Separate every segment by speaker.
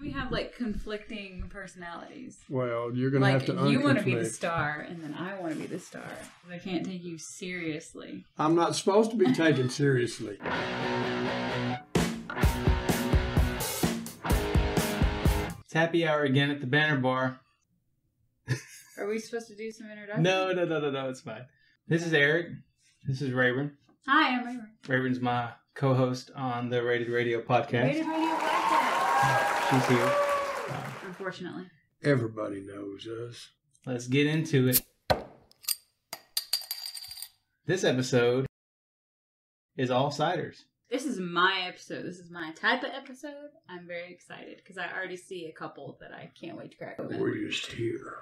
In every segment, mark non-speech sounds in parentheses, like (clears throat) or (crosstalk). Speaker 1: We have like conflicting personalities.
Speaker 2: Well, you're gonna
Speaker 1: Like
Speaker 2: have to
Speaker 1: you want to be the
Speaker 2: unconflict.
Speaker 1: star, and then I want to be the star. 'cause I can't take you seriously.
Speaker 2: I'm not supposed to be taken seriously.
Speaker 3: It's happy hour again at the Banner Bar.
Speaker 1: Are we supposed to do some introductions?
Speaker 3: No, no, no, no, no. It's fine. This is Eric. This is Rayburn.
Speaker 1: Hi, I'm Amber.
Speaker 3: Rayburn's my co-host on the Rated Radio podcast.
Speaker 1: Rated Radio Podcast.
Speaker 3: She's here. Uh,
Speaker 1: Unfortunately,
Speaker 2: Everybody knows us.
Speaker 3: let's get into it. This episode is all ciders.
Speaker 1: this is my episode. This is my type of episode. I'm very excited because I already see a couple that I can't wait to crack open.
Speaker 2: We're just here.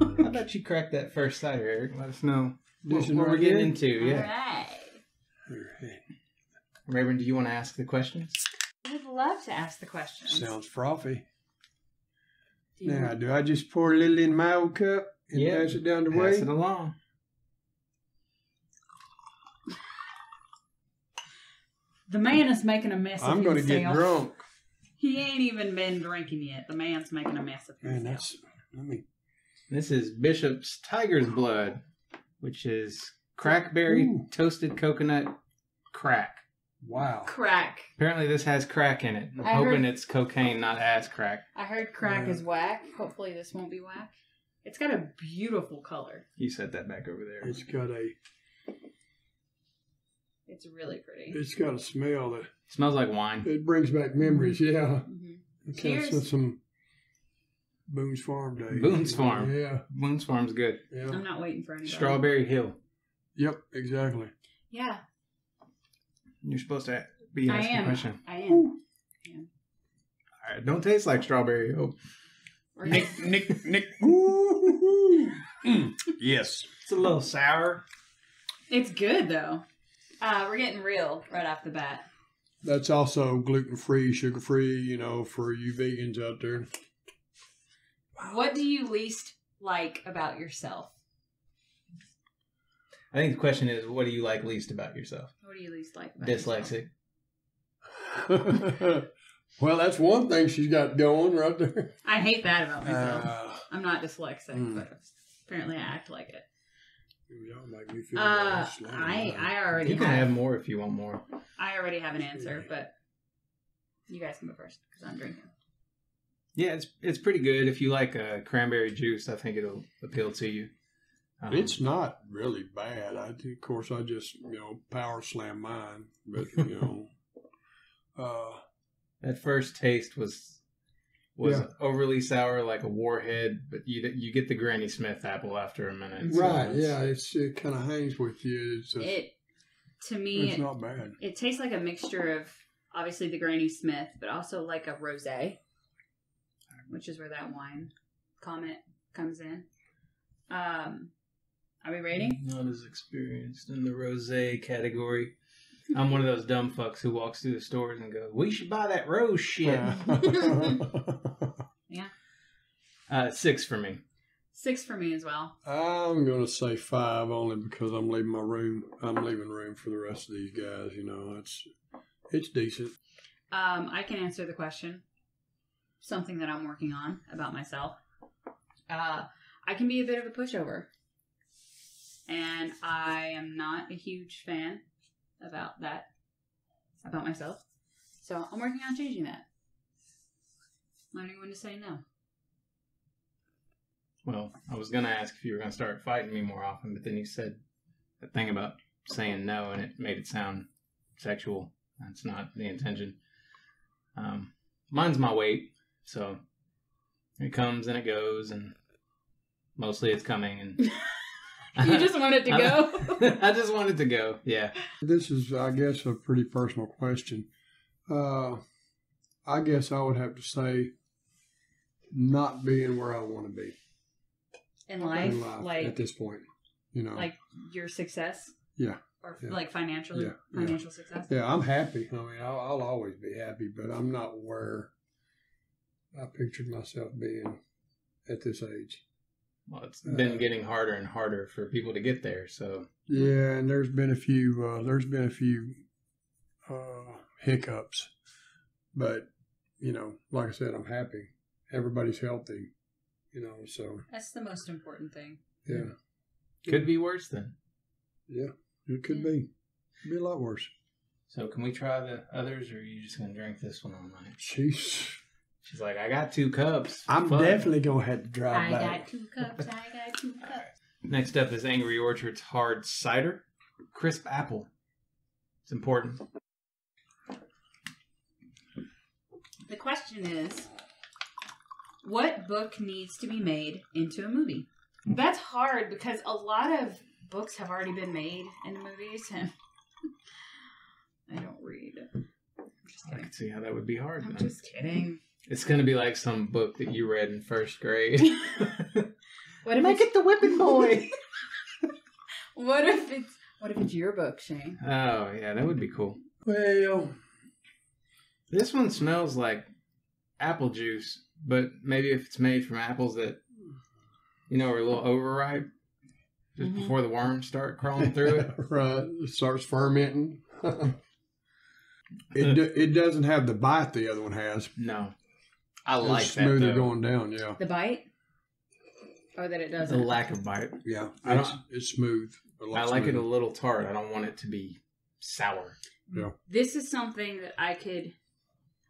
Speaker 3: How about you crack that first cider, Eric? Let us know what,
Speaker 2: This is
Speaker 3: what we're
Speaker 2: right
Speaker 3: getting
Speaker 2: here?
Speaker 3: into.
Speaker 1: All
Speaker 3: Yeah,
Speaker 1: right.
Speaker 3: Rayburn, do you want to ask the questions?
Speaker 1: I would love to ask the questions.
Speaker 2: Sounds frothy.
Speaker 1: Do you-
Speaker 2: Now, do I just pour a little in my old cup and
Speaker 3: Yeah.
Speaker 2: pass it down the
Speaker 3: Pass
Speaker 2: way?
Speaker 3: it along.
Speaker 1: The man is making a mess.
Speaker 2: I'm
Speaker 1: of
Speaker 2: gonna
Speaker 1: himself.
Speaker 2: get drunk.
Speaker 1: He ain't even been drinking yet. The man's making a mess of himself.
Speaker 2: Man, that's let me.
Speaker 3: This is Bishop's Tiger's Blood, which is crackberry
Speaker 2: Ooh.
Speaker 3: toasted coconut crack.
Speaker 2: Wow.
Speaker 1: crack.
Speaker 3: Apparently, this has crack in it. I'm
Speaker 1: I
Speaker 3: hoping
Speaker 1: heard-
Speaker 3: it's cocaine, not ass crack.
Speaker 1: I heard crack
Speaker 2: Yeah.
Speaker 1: is whack. Hopefully this won't be whack. It's got a beautiful color.
Speaker 3: You set that back over there.
Speaker 2: It's got a
Speaker 1: It's really pretty.
Speaker 2: it's got a smell that
Speaker 3: smells like wine.
Speaker 2: it brings back memories.
Speaker 3: Mm-hmm.
Speaker 2: Yeah.
Speaker 1: hmm
Speaker 2: It comes with
Speaker 1: Cheers.
Speaker 2: some Boone's Farm days.
Speaker 3: Boone's Farm. Uh-huh.
Speaker 2: Yeah.
Speaker 3: Moon's Farm's good.
Speaker 2: Yeah.
Speaker 1: I'm not waiting for anybody.
Speaker 3: Strawberry Hill.
Speaker 2: Yep. Exactly.
Speaker 1: Yeah,
Speaker 3: You're supposed to be
Speaker 1: I
Speaker 3: asking a
Speaker 1: am.
Speaker 3: question.
Speaker 1: I am.
Speaker 2: Ooh.
Speaker 3: All right, don't taste like strawberry hill.
Speaker 1: Or-
Speaker 3: Nick, Nick, Nick.
Speaker 2: Ooh. (laughs) Mm. Yes.
Speaker 3: It's a little sour.
Speaker 1: (laughs) It's good though. Uh, we're getting real right off the bat.
Speaker 2: That's also gluten free, sugar free. You know, for you vegans out there. (laughs)
Speaker 1: What do you least like about yourself?
Speaker 3: I think the question is, what do you like least about yourself?
Speaker 1: What do you least like? About yourself?
Speaker 3: Dyslexic.
Speaker 2: well, that's one thing she's got going right there.
Speaker 1: I hate that about myself.
Speaker 2: Uh,
Speaker 1: I'm not dyslexic,
Speaker 2: Mm.
Speaker 1: but apparently I act like it.
Speaker 2: y'all make me feel
Speaker 1: Uh,
Speaker 2: like I'm
Speaker 1: I
Speaker 2: slamming.
Speaker 1: I already
Speaker 3: You can
Speaker 1: have
Speaker 3: have more if you want more.
Speaker 1: I already have an answer, but you guys can go first because I'm drinking.
Speaker 3: Yeah, it's it's pretty good. If you like uh, cranberry juice, I think it'll appeal to you. Um,
Speaker 2: It's not really bad. I, of course, I just you know power slam mine, but you know, uh,
Speaker 3: that first taste was was
Speaker 2: Yeah.
Speaker 3: overly sour, like a warhead, but you you get the Granny Smith apple after a minute. so
Speaker 2: right?
Speaker 3: it's-
Speaker 2: Yeah, it's it kind of hangs with you. It's, a,
Speaker 1: It to me
Speaker 2: it's
Speaker 1: it,
Speaker 2: not bad.
Speaker 1: it tastes like a mixture of obviously the Granny Smith, but also like a rosé, which is where that wine comment comes in. Um, are we ready?
Speaker 3: Not as experienced in the rosé category. I'm one of those dumb fucks who walks through the stores and goes, "We should buy that rose shit."
Speaker 1: (laughs)
Speaker 2: (laughs)
Speaker 3: Uh, six for me.
Speaker 1: Six for me as well.
Speaker 2: I'm gonna say five only because I'm leaving my room. I'm leaving room for the rest of these guys. You know, it's it's decent.
Speaker 1: Um, I can answer the question. Something that I'm working on about myself. Uh, I can be a bit of a pushover. And I am not a huge fan about that, about myself. So I'm working on changing that. Learning when to say (laughs) no.
Speaker 3: Well, I was gonna ask if you were gonna start fighting me more often, but then you said the thing about saying no, and it made it sound sexual. That's not the intention. Um, mine's my weight, so it comes and it goes, and mostly it's coming. And
Speaker 1: (laughs)
Speaker 3: (laughs)
Speaker 1: You just want it to go.
Speaker 3: I just wanted to go. Yeah,
Speaker 2: This is, I guess, a pretty personal question. Uh, I guess I would have to say not being where I want to be
Speaker 1: In life,
Speaker 2: in life at
Speaker 1: like
Speaker 2: this point. You know,
Speaker 1: like your success.
Speaker 2: Yeah.
Speaker 1: Or
Speaker 2: Yeah.
Speaker 1: like financially,
Speaker 2: Yeah. Yeah.
Speaker 1: financial success.
Speaker 2: yeah, I'm happy. I mean, I'll, I'll always be happy, but I'm not where I pictured myself being at this age.
Speaker 3: well, it's been getting harder and harder for people to get there. So
Speaker 2: Yeah, and there's been a few. Uh, there's been a few uh, hiccups, but you know, like I said, I'm happy. Everybody's healthy. You know, so
Speaker 1: That's the most important thing.
Speaker 2: yeah,
Speaker 3: Could be worse then.
Speaker 2: it could
Speaker 1: Yeah.
Speaker 2: be. Could be a lot worse.
Speaker 3: So can we try the others, or are you just gonna drink this one all night?
Speaker 2: Jeez,
Speaker 3: She's like, I got two cups.
Speaker 2: I'm
Speaker 3: Fuck.
Speaker 2: definitely gonna have to drive
Speaker 1: I
Speaker 2: back.
Speaker 1: got two cups. I got two cups.
Speaker 3: Next up is Angry Orchard's hard cider, crisp apple. It's important.
Speaker 1: The question is, what book needs to be made into a movie? That's hard because a lot of books have already been made into movies, and (laughs) I don't read. I'm just
Speaker 3: I
Speaker 1: kidding.
Speaker 3: can see how that would be hard.
Speaker 1: I'm
Speaker 3: then.
Speaker 1: just kidding.
Speaker 3: It's gonna be like some book that you read in first grade.
Speaker 1: What if it's,
Speaker 3: the whipping boy.
Speaker 1: what if it's what if it's your book, Shane?
Speaker 3: (laughs) oh yeah, that would be cool.
Speaker 2: Well,
Speaker 3: This one smells like apple juice, but maybe if it's made from apples that you know are a little overripe, just
Speaker 1: Mhm.
Speaker 3: before the worms start crawling through
Speaker 2: (laughs)
Speaker 3: it.
Speaker 2: right, it starts (laughs) fermenting. it do, it doesn't have the bite the other one has.
Speaker 3: No, I
Speaker 2: It's
Speaker 3: like that
Speaker 2: smoother
Speaker 3: though.
Speaker 2: going down. Yeah,
Speaker 1: The bite, or that it
Speaker 3: the
Speaker 1: doesn't.
Speaker 3: lack of bite.
Speaker 2: yeah.
Speaker 3: I don't-
Speaker 2: It's, it's smooth. A lot
Speaker 3: I like it a
Speaker 2: smoother.
Speaker 3: little tart. I don't want it to be sour.
Speaker 2: Yeah.
Speaker 1: This is something that I could.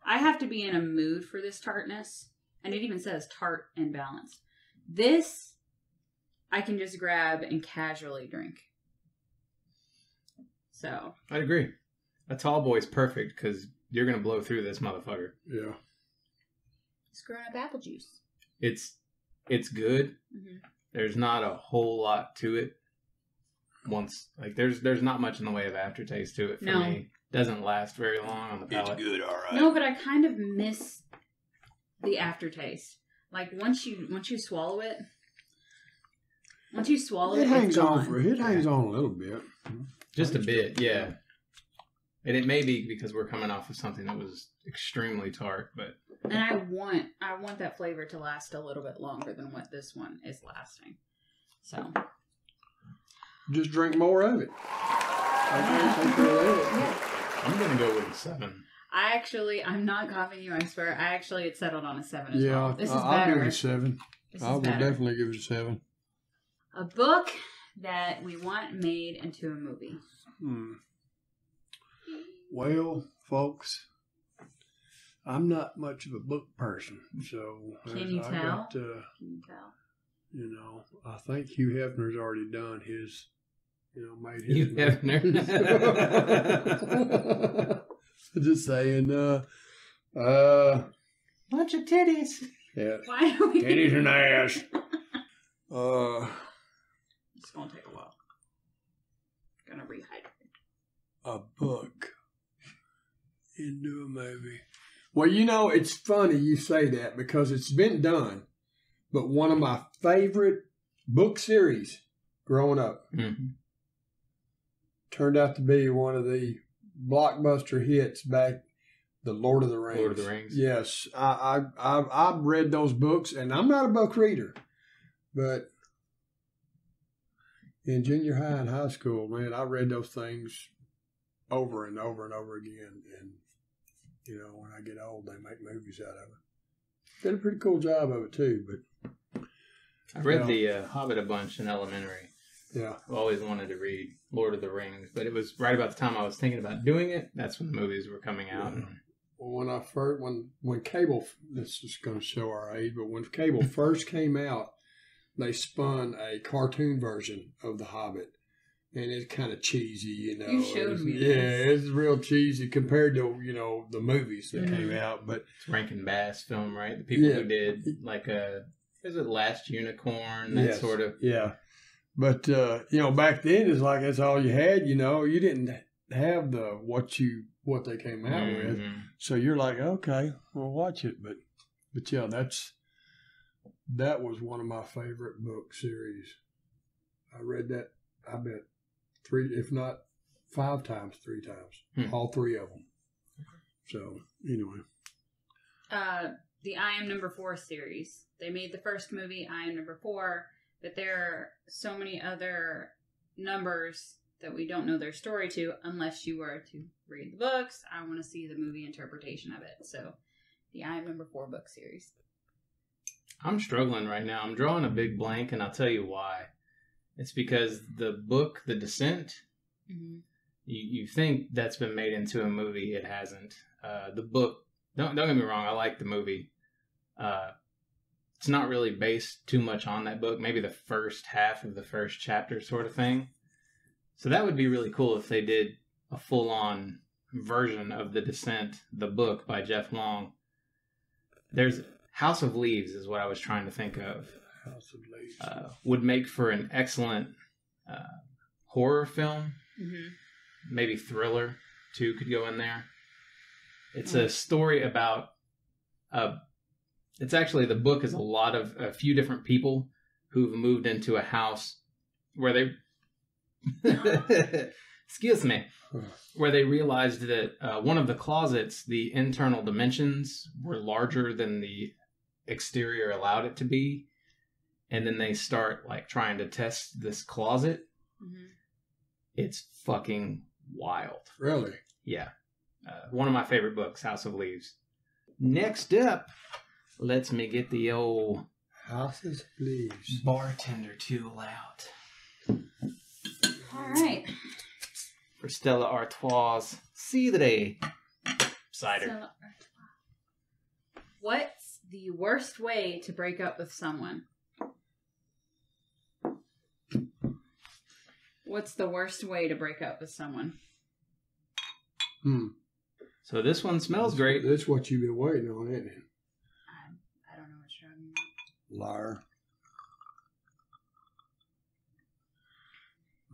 Speaker 1: I have to be in a mood for this tartness, and it even says tart and balanced. This, I can just grab and casually drink. So
Speaker 3: I'd agree. A tall boy's perfect because you're gonna blow through this motherfucker.
Speaker 2: Yeah.
Speaker 1: it's grown up apple juice.
Speaker 3: It's it's good.
Speaker 1: Mhm.
Speaker 3: There's not a whole lot to it. Once like there's there's not much in the way of aftertaste to it for
Speaker 1: No.
Speaker 3: me. Doesn't last very long on the palate.
Speaker 2: good, all right.
Speaker 1: No, but I kind of miss the aftertaste. Like once you once you swallow it, once you swallow it,
Speaker 2: it hangs
Speaker 1: it's gone.
Speaker 2: on for it hangs on a little bit.
Speaker 3: Just a bit, yeah. And it may be because we're coming off of something that was extremely tart, but
Speaker 1: And I want I want that flavor to last a little bit longer than what this one is lasting. So
Speaker 2: Just drink more of it. I can't take care of that.
Speaker 3: I'm gonna go with a seven.
Speaker 1: I actually I'm not copying you, I swear. I actually had settled on a seven as
Speaker 2: Yeah,
Speaker 1: well. This is
Speaker 2: I- I'll give
Speaker 1: better.
Speaker 2: it a seven.
Speaker 1: This
Speaker 2: I
Speaker 1: is
Speaker 2: will
Speaker 1: better.
Speaker 2: definitely give it a seven.
Speaker 1: A book that we want made into a movie.
Speaker 2: Hmm. Well, folks, I'm not much of a book person, so
Speaker 1: Can
Speaker 2: as
Speaker 1: you
Speaker 2: I
Speaker 1: tell?
Speaker 2: got, uh,
Speaker 1: Can you tell?
Speaker 2: you know, I think Hugh Hefner's already done his, you know, made his.
Speaker 3: You Hefner.
Speaker 2: (laughs) Just saying, uh, uh,
Speaker 3: Bunch of titties.
Speaker 2: yeah,
Speaker 1: Why do we
Speaker 2: titties and ass. (laughs) Uh,
Speaker 1: It's gonna take a while. Gonna rehydrate.
Speaker 2: a book into a movie. Well, you know, it's funny you say that because it's been done. But one of my favorite book series growing up
Speaker 3: Mm-hmm.
Speaker 2: turned out to be one of the blockbuster hits back the Lord of the Rings.
Speaker 3: Lord of the Rings.
Speaker 2: Yes, I I I've, I've read those books, and I'm not a book reader, but in junior high and high school, man, I read those things over and over and over again. And you know, when I get old, they make movies out of it. Did a pretty cool job of it too, but
Speaker 3: I read
Speaker 2: Yeah.
Speaker 3: the uh, Hobbit a bunch in elementary.
Speaker 2: yeah,
Speaker 3: I've always wanted to read Lord of the Rings, but it was right about the time I was thinking about doing it. That's when the movies were coming out.
Speaker 2: when I first when when cable this is going to show our age, but when cable first came out, they spun a cartoon version of The Hobbit, and it's kind of cheesy, you know.
Speaker 1: You showed
Speaker 2: It's-
Speaker 1: me
Speaker 2: yeah,
Speaker 1: this.
Speaker 2: it's real cheesy compared to you know the movies that
Speaker 1: Mhm.
Speaker 2: came out, but
Speaker 3: It's Rankin Bass film, right? The people
Speaker 2: Yeah.
Speaker 3: who did like a is it Last Unicorn that
Speaker 2: Yes.
Speaker 3: sort of
Speaker 2: yeah. But uh, you know, back then it's like that's all you had. You know, you didn't have the what you what they came out with.
Speaker 3: Mhm.
Speaker 2: So you're like, okay, we'll watch it. But, but yeah, that's that was one of my favorite book series. I read that, I bet three, if not five times, three times,
Speaker 3: Hmm.
Speaker 2: all three of them. So anyway,
Speaker 1: uh, the I Am Number Four series. They made the first movie, I Am Number Four, but there are so many other numbers that we don't know their story to unless you were to read the books. I want to see the movie interpretation of it. So the I Am Number Four book series.
Speaker 3: I'm struggling right now. I'm drawing a big blank, and I'll tell you why. It's because the book, The Descent,
Speaker 1: Mm-hmm.
Speaker 3: you, you think that's been made into a movie. It hasn't. Uh, the book, don't, don't get me wrong, I like the movie. Uh, it's not really based too much on that book, maybe the first half of the first chapter, sort of thing. So that would be really cool if they did a full on version of The Descent, the book by Jeff Long. There's House of Leaves, is what I was trying to think of
Speaker 2: House of Leaves.
Speaker 3: uh, would make for an excellent uh, horror film.
Speaker 1: Mm-hmm.
Speaker 3: Maybe thriller too could go in there. It's a story about uh It's actually the book is a lot of a few different people who've moved into a house where they. (laughs) Excuse me. Where they realized that uh, one of the closets, the internal dimensions were larger than the exterior allowed it to be. And then they start like trying to test this closet.
Speaker 1: Mm-hmm.
Speaker 3: It's fucking wild.
Speaker 2: really?
Speaker 3: Yeah. Uh, one of my favorite books, House of Leaves. Next up, lets me get the old
Speaker 2: House of Leaves.
Speaker 3: bartender too loud
Speaker 1: All right.
Speaker 3: for Stella Artois' Cidre cider.
Speaker 1: So- what's the worst way to break up with someone? What's the worst way to break up with someone?
Speaker 2: Hmm.
Speaker 3: So this one smells great.
Speaker 2: That's what you've been waiting on, isn't it?
Speaker 1: I, I don't know what you're talking about.
Speaker 2: Liar.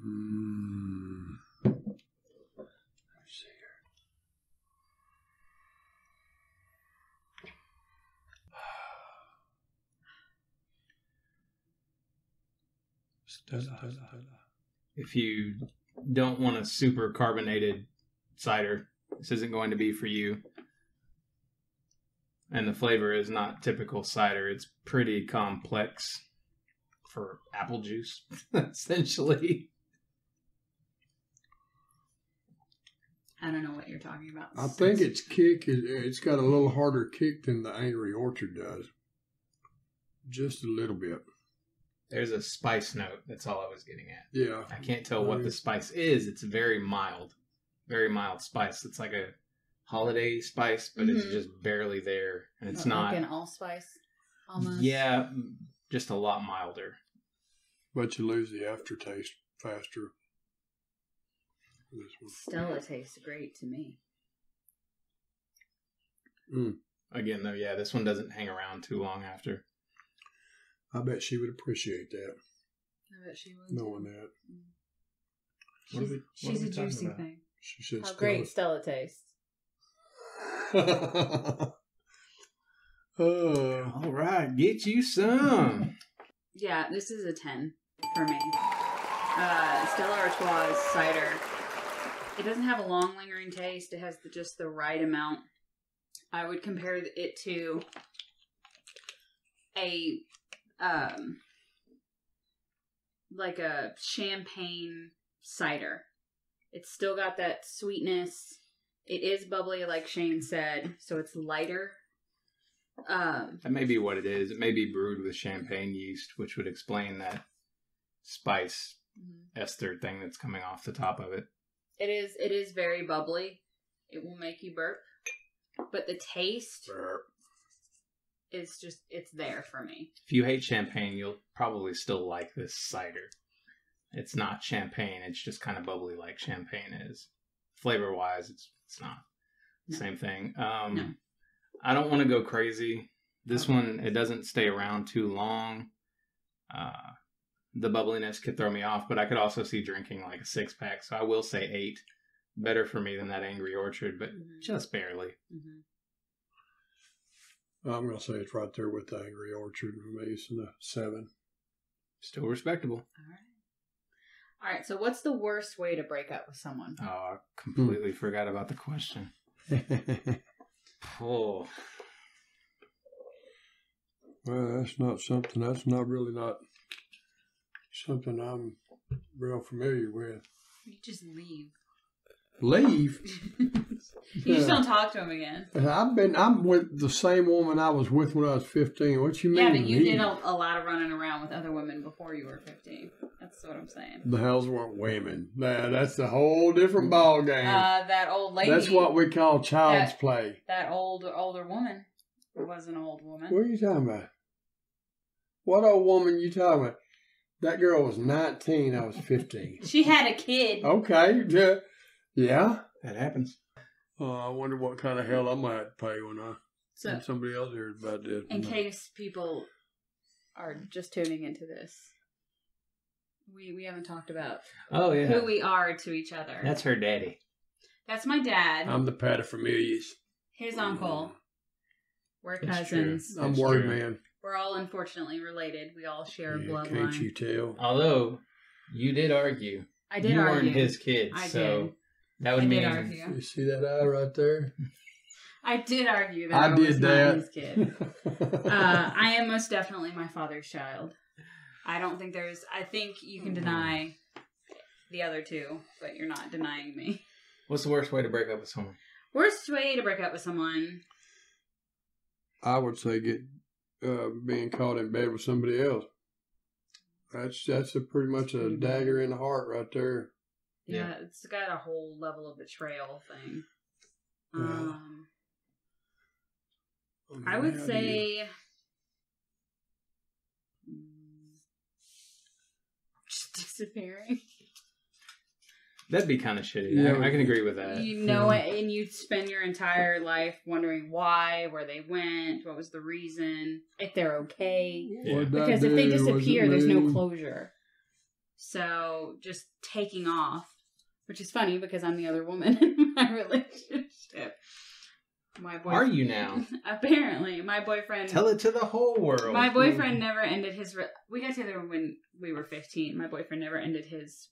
Speaker 2: Mm. Let's see here. Stella, Stella, Stella.
Speaker 3: if you don't want a super carbonated cider, this isn't going to be for you. And the flavor is not typical cider, it's pretty complex for apple juice, (laughs) essentially.
Speaker 1: I don't know what you're talking about.
Speaker 2: I think its kick is it's got a little harder kick than the Angry Orchard does. Just a little bit.
Speaker 3: There's a spice note, that's all I was getting at.
Speaker 2: Yeah.
Speaker 3: I can't tell what the spice is. It's very mild, very mild spice. It's like a holiday spice, but it's
Speaker 1: Mhm.
Speaker 3: just barely there. And it's
Speaker 1: Like
Speaker 3: not.
Speaker 1: an allspice, almost.
Speaker 3: Yeah, mm, just a lot milder.
Speaker 2: But you lose the aftertaste faster. This one.
Speaker 1: Stella tastes great to me.
Speaker 3: Again, though, yeah, this one doesn't hang around too long after.
Speaker 2: I bet she would appreciate that,
Speaker 1: I bet she would.
Speaker 2: knowing that.
Speaker 3: What are
Speaker 1: She's,
Speaker 3: we- what
Speaker 1: she's
Speaker 3: are
Speaker 1: a
Speaker 3: we talking
Speaker 1: juicy
Speaker 3: about?
Speaker 1: thing.
Speaker 2: She said,
Speaker 1: How
Speaker 2: (laughs)
Speaker 1: great Stella tastes.
Speaker 2: "Stella." oh,
Speaker 3: All right, get you some.
Speaker 1: Yeah, this is a 10 for me. Uh, Stella Artois cider. It doesn't have a long lingering taste. It has the, just the right amount. I would compare it to a um like a champagne cider. It's still got that sweetness. It is bubbly like Shane said, so it's lighter. Um
Speaker 3: (laughs) That may be what it is. It may be brewed with champagne yeast, which would explain that spice ester thing that's coming off the top of it.
Speaker 1: It is. It is very bubbly. It will make you burp, but the taste is just. It's there for me.
Speaker 3: If you hate champagne, you'll probably still like this cider. It's not champagne. It's just kind of bubbly like champagne is. Flavor wise, it's it's not
Speaker 1: No.
Speaker 3: same thing. Um,
Speaker 1: No.
Speaker 3: I don't want to go crazy. This one it doesn't stay around too long. Uh, the bubbliness could throw me off, but I could also see drinking like a six pack. So I will say eight. Better for me than that Angry Orchard, but
Speaker 1: Mm-hmm.
Speaker 3: just barely.
Speaker 1: Mhm.
Speaker 2: I'm gonna say it's right there with the Angry Orchard for me. It's in the seven.
Speaker 3: Still respectable.
Speaker 1: All right. All right. So, what's the worst way to break up with someone?
Speaker 3: Oh, I completely forgot about the question. Oh,
Speaker 2: well, that's not something. That's not really not something I'm real familiar with.
Speaker 1: You just leave.
Speaker 2: Leave.
Speaker 1: (laughs) You just don't talk to him again.
Speaker 2: And I've been I'm with the same woman I was with when I was fifteen. What you mean?
Speaker 1: Yeah, but you
Speaker 2: leave?
Speaker 1: did a, a lot of running around with other women before you were 15. That's what I'm saying.
Speaker 2: the hells weren't women. Now that's a whole different ball game.
Speaker 1: Uh, that old lady.
Speaker 2: that's what we call child's
Speaker 1: that-
Speaker 2: play.
Speaker 1: That old older woman was an old woman.
Speaker 2: What are you talking about? What old woman you talking about? That girl was nineteen. I
Speaker 1: (laughs)
Speaker 2: was fifteen.
Speaker 1: She had a kid.
Speaker 2: okay. yeah, Yeah.
Speaker 3: That happens.
Speaker 2: Uh, I wonder what kind of hell I might have to pay when I
Speaker 1: So,
Speaker 2: when somebody else hears about this.
Speaker 1: in case people are just tuning into this, we we haven't talked about
Speaker 3: Oh yeah,
Speaker 1: who we are to each other.
Speaker 3: that's Um, her daddy.
Speaker 1: That's my dad,
Speaker 2: I'm the paterfamilias.
Speaker 1: his uncle. We're
Speaker 3: That's true.
Speaker 1: cousins.
Speaker 2: I'm
Speaker 3: That's
Speaker 2: worried,
Speaker 3: true.
Speaker 2: man.
Speaker 1: We're all unfortunately related. We all share a
Speaker 2: Yeah,
Speaker 1: bloodline.
Speaker 2: can't you tell?
Speaker 3: Although you did argue,
Speaker 1: I did
Speaker 3: you
Speaker 1: argue.
Speaker 3: weren't his kid,
Speaker 1: I
Speaker 3: so
Speaker 1: did.
Speaker 3: that
Speaker 1: I
Speaker 3: would
Speaker 1: did
Speaker 3: mean
Speaker 1: argue.
Speaker 3: (laughs)
Speaker 2: You see that eye right there?
Speaker 1: I did argue that
Speaker 2: I
Speaker 1: I,
Speaker 2: did
Speaker 1: was
Speaker 2: that.
Speaker 1: not his kid.
Speaker 2: (laughs)
Speaker 1: Uh, I am most definitely my father's child. I don't think there's. I think you
Speaker 3: Hmm.
Speaker 1: can deny the other two, but you're not denying me.
Speaker 3: what's the worst way to break up with someone?
Speaker 1: Worst way to break up with someone.
Speaker 2: I would say get uh, being caught in bed with somebody else. That's that's a pretty much a dagger in the heart right there.
Speaker 1: Yeah,
Speaker 3: Yeah.
Speaker 1: it's got a whole level of betrayal thing.
Speaker 2: Yeah.
Speaker 1: Um,
Speaker 2: mean,
Speaker 1: I
Speaker 2: how
Speaker 1: would
Speaker 2: do
Speaker 1: say Mm. just disappearing.
Speaker 3: That'd be kind of shitty.
Speaker 2: Yeah.
Speaker 3: I, I can agree with that.
Speaker 1: you know it, and you spend your entire life wondering why, where they went, what was the reason, if they're okay.
Speaker 2: you-
Speaker 3: Yeah.
Speaker 2: what'd I
Speaker 1: Because if they
Speaker 2: do? Was it
Speaker 1: disappear, there's no
Speaker 2: me?
Speaker 1: closure. So just taking off, which is funny because I'm the other woman (laughs) in my relationship. My boyfriend,
Speaker 3: Are you now?
Speaker 1: (laughs) Apparently, my boyfriend.
Speaker 3: Tell it to the whole world.
Speaker 1: My boyfriend never ended his. Re- we got together when we were 15. My boyfriend never ended his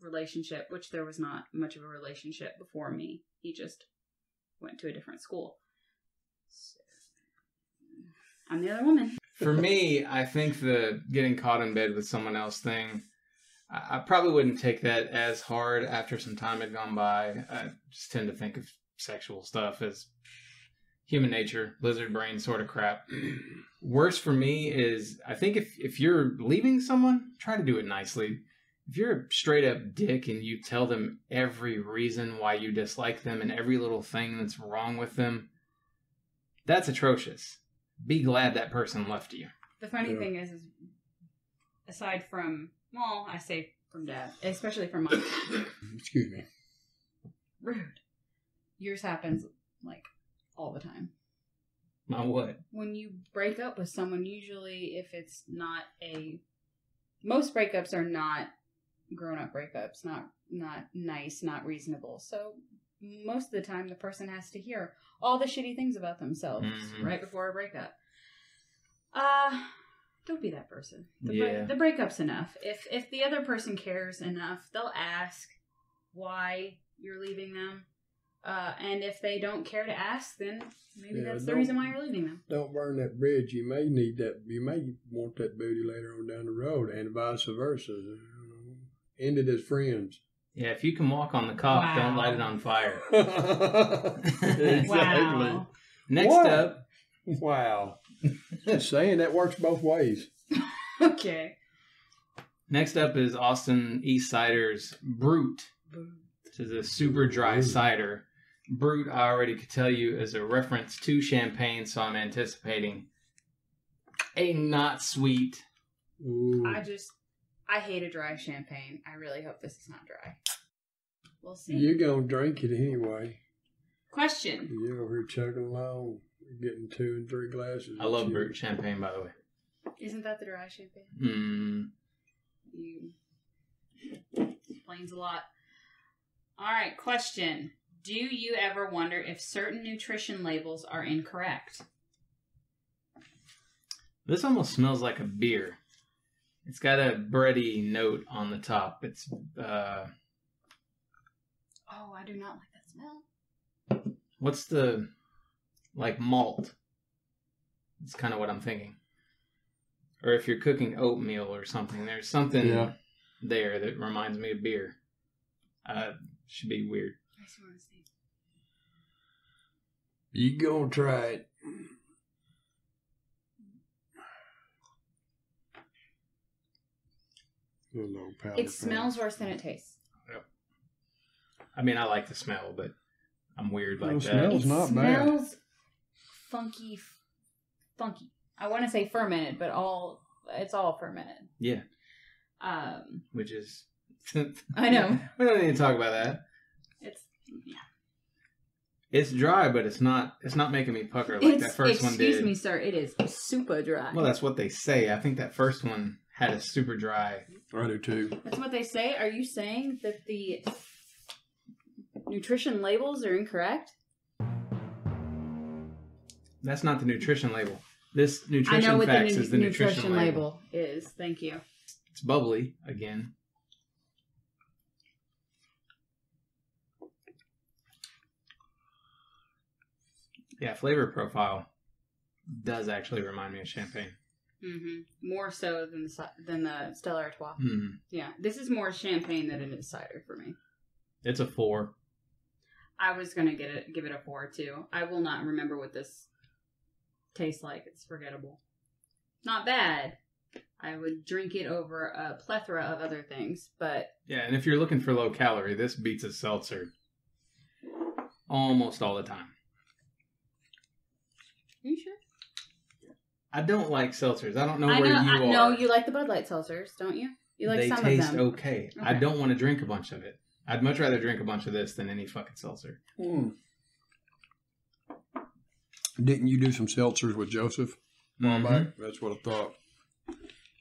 Speaker 1: relationship, which there was not much of a relationship before me. He just went to a different school. So, I'm the other woman.
Speaker 3: For me, I think the getting caught in bed with someone else thing, I, I probably wouldn't take that as hard after some time had gone by. I just tend to think of sexual stuff as human nature, lizard brain sort of crap. (clears throat) Worse for me is I think if, if you're leaving someone, try to do it nicely. If you're a straight up dick and you tell them every reason why you dislike them and every little thing that's wrong with them, that's atrocious. Be glad that person left you.
Speaker 1: The funny
Speaker 2: Yeah.
Speaker 1: thing is, is, aside from well, I say from dad, especially from mom, (coughs)
Speaker 2: Excuse me.
Speaker 1: rude. Yours happens like all the time.
Speaker 3: My what?
Speaker 1: when you break up with someone, usually if it's not a most breakups are not grown up breakups, not not nice, not reasonable. So most of the time the person has to hear all the shitty things about themselves
Speaker 3: Mhm.
Speaker 1: right before a breakup. Uh don't be that person. The, bre-
Speaker 3: Yeah.
Speaker 1: the breakup's enough. If if the other person cares enough, they'll ask why you're leaving them. Uh, and if they don't care to ask, then maybe
Speaker 2: Yeah,
Speaker 1: that's the
Speaker 2: don't-
Speaker 1: reason why you're leaving them.
Speaker 2: Don't burn that bridge. You may need that. You may want that booty later on down the road, and vice versa. Ended as (laughs) friends.
Speaker 3: Yeah, if you can walk on the cock,
Speaker 1: Wow.
Speaker 3: don't light it on fire.
Speaker 2: (laughs) Exactly.
Speaker 1: Wow.
Speaker 3: Next
Speaker 2: What?
Speaker 3: up,
Speaker 2: Wow. Just saying that works both ways.
Speaker 1: Okay.
Speaker 3: next up is Austin East Cider's Brute, which is a super dry
Speaker 2: Ooh.
Speaker 3: cider. Brute, I already could tell you, is a reference to champagne, so I'm anticipating a not sweet.
Speaker 2: Ooh.
Speaker 1: I just, I hate a dry champagne. I really hope this is not dry. We'll see.
Speaker 2: You're gonna drink it anyway.
Speaker 1: Question.
Speaker 2: You over here chugging along, getting two and three glasses.
Speaker 3: I love
Speaker 2: You-
Speaker 3: Brute champagne, by the way.
Speaker 1: Isn't that the dry champagne?
Speaker 3: Mm,
Speaker 1: You explains a lot. All right. Question. Do you ever wonder if certain nutrition labels are incorrect?
Speaker 3: this almost smells like a beer. It's got a bready note on the top. It's uh,
Speaker 1: Oh, I do not like that smell.
Speaker 3: What's the like malt? It's kind of what I'm thinking. Or if you're cooking oatmeal or something, there's something
Speaker 2: Yeah.
Speaker 3: there that reminds me of beer. Uh, should be weird.
Speaker 1: I see what I'm saying.
Speaker 2: You gonna try it? Little old powder
Speaker 1: It
Speaker 2: puff.
Speaker 1: smells worse than it tastes.
Speaker 3: I mean, I like the smell, but I'm weird like
Speaker 2: No
Speaker 3: that.
Speaker 2: Oh, smell? That
Speaker 1: It
Speaker 2: was not bad.
Speaker 1: smells funky, f- funky. I want to say fermented, but all it's all fermented.
Speaker 3: Yeah,
Speaker 1: Um,
Speaker 3: which is.
Speaker 1: I know
Speaker 3: (laughs) We don't need to talk about that.
Speaker 1: it's yeah.
Speaker 3: It's dry, but it's not. It's not making me pucker like that
Speaker 1: it's,
Speaker 3: first one
Speaker 1: excuse
Speaker 3: did.
Speaker 1: me, sir. It is super dry.
Speaker 3: Well, that's what they say. I think that first one had a super dry.
Speaker 2: I do too.
Speaker 1: That's what they say. Are you saying that the nutrition labels are incorrect?
Speaker 3: That's not the nutrition label. This nutrition
Speaker 1: I know what
Speaker 3: facts
Speaker 1: the nu-
Speaker 3: is the nutrition, label.
Speaker 1: is. Thank you.
Speaker 3: It's bubbly again. Yeah, flavor profile does actually remind me of champagne.
Speaker 1: hmm More so than the ci- than the Stella Artois.
Speaker 3: Hmm.
Speaker 1: Yeah, this is more champagne than it is cider for me.
Speaker 3: It's a four.
Speaker 1: I was gonna get it, give it a four too. I will not remember what this tastes like. It's forgettable. Not bad. I would drink it over a plethora of other things, but
Speaker 3: Yeah, and if you're looking for low calorie, this beats a seltzer almost all the time.
Speaker 1: you sure?
Speaker 3: I don't like seltzers. I don't know
Speaker 1: I
Speaker 3: where
Speaker 1: know.
Speaker 3: you
Speaker 1: I
Speaker 3: are.
Speaker 1: know you like the Bud Light seltzers, don't you? You like
Speaker 3: they
Speaker 1: some
Speaker 3: taste
Speaker 1: of them.
Speaker 3: okay. I
Speaker 1: Okay.
Speaker 3: don't want to drink a bunch of it. I'd much rather drink a bunch of this than any fucking seltzer.
Speaker 2: Didn't you do some seltzers with Joseph?
Speaker 3: Mm-hmm.
Speaker 2: a while back? That's what I thought.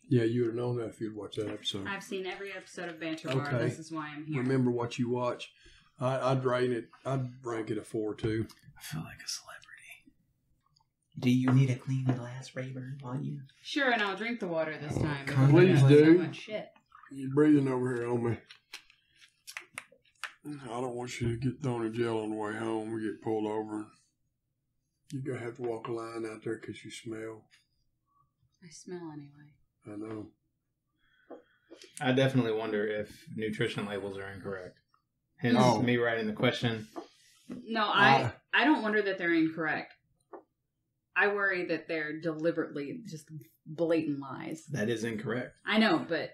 Speaker 2: Yeah, you would have known that if you'd watched that episode.
Speaker 1: I've seen every episode of Banter
Speaker 2: Bar. Okay.
Speaker 1: This
Speaker 2: This
Speaker 1: is why I'm here.
Speaker 2: Remember what you watch. I, I'd rate it. I'd rank it a four too.
Speaker 3: I feel like a celebrity. Do you need a clean glass, Rayburn? Won't you?
Speaker 1: Sure, and I'll drink the water this time.
Speaker 3: Come
Speaker 1: because I got
Speaker 2: on. Please
Speaker 1: so
Speaker 2: do.
Speaker 1: much shit.
Speaker 2: You're breathing over here on me. I don't want you to get thrown in jail on the way home. We get pulled over. You're gonna have to walk a line out there because you smell.
Speaker 1: I smell anyway.
Speaker 2: I know.
Speaker 3: I definitely wonder if nutrition labels are incorrect. Hence,
Speaker 2: Oh.
Speaker 3: me writing the question.
Speaker 1: No, I
Speaker 2: Uh,
Speaker 1: I don't wonder that they're incorrect. I worry that they're deliberately just blatant lies.
Speaker 3: That is incorrect.
Speaker 1: I know, but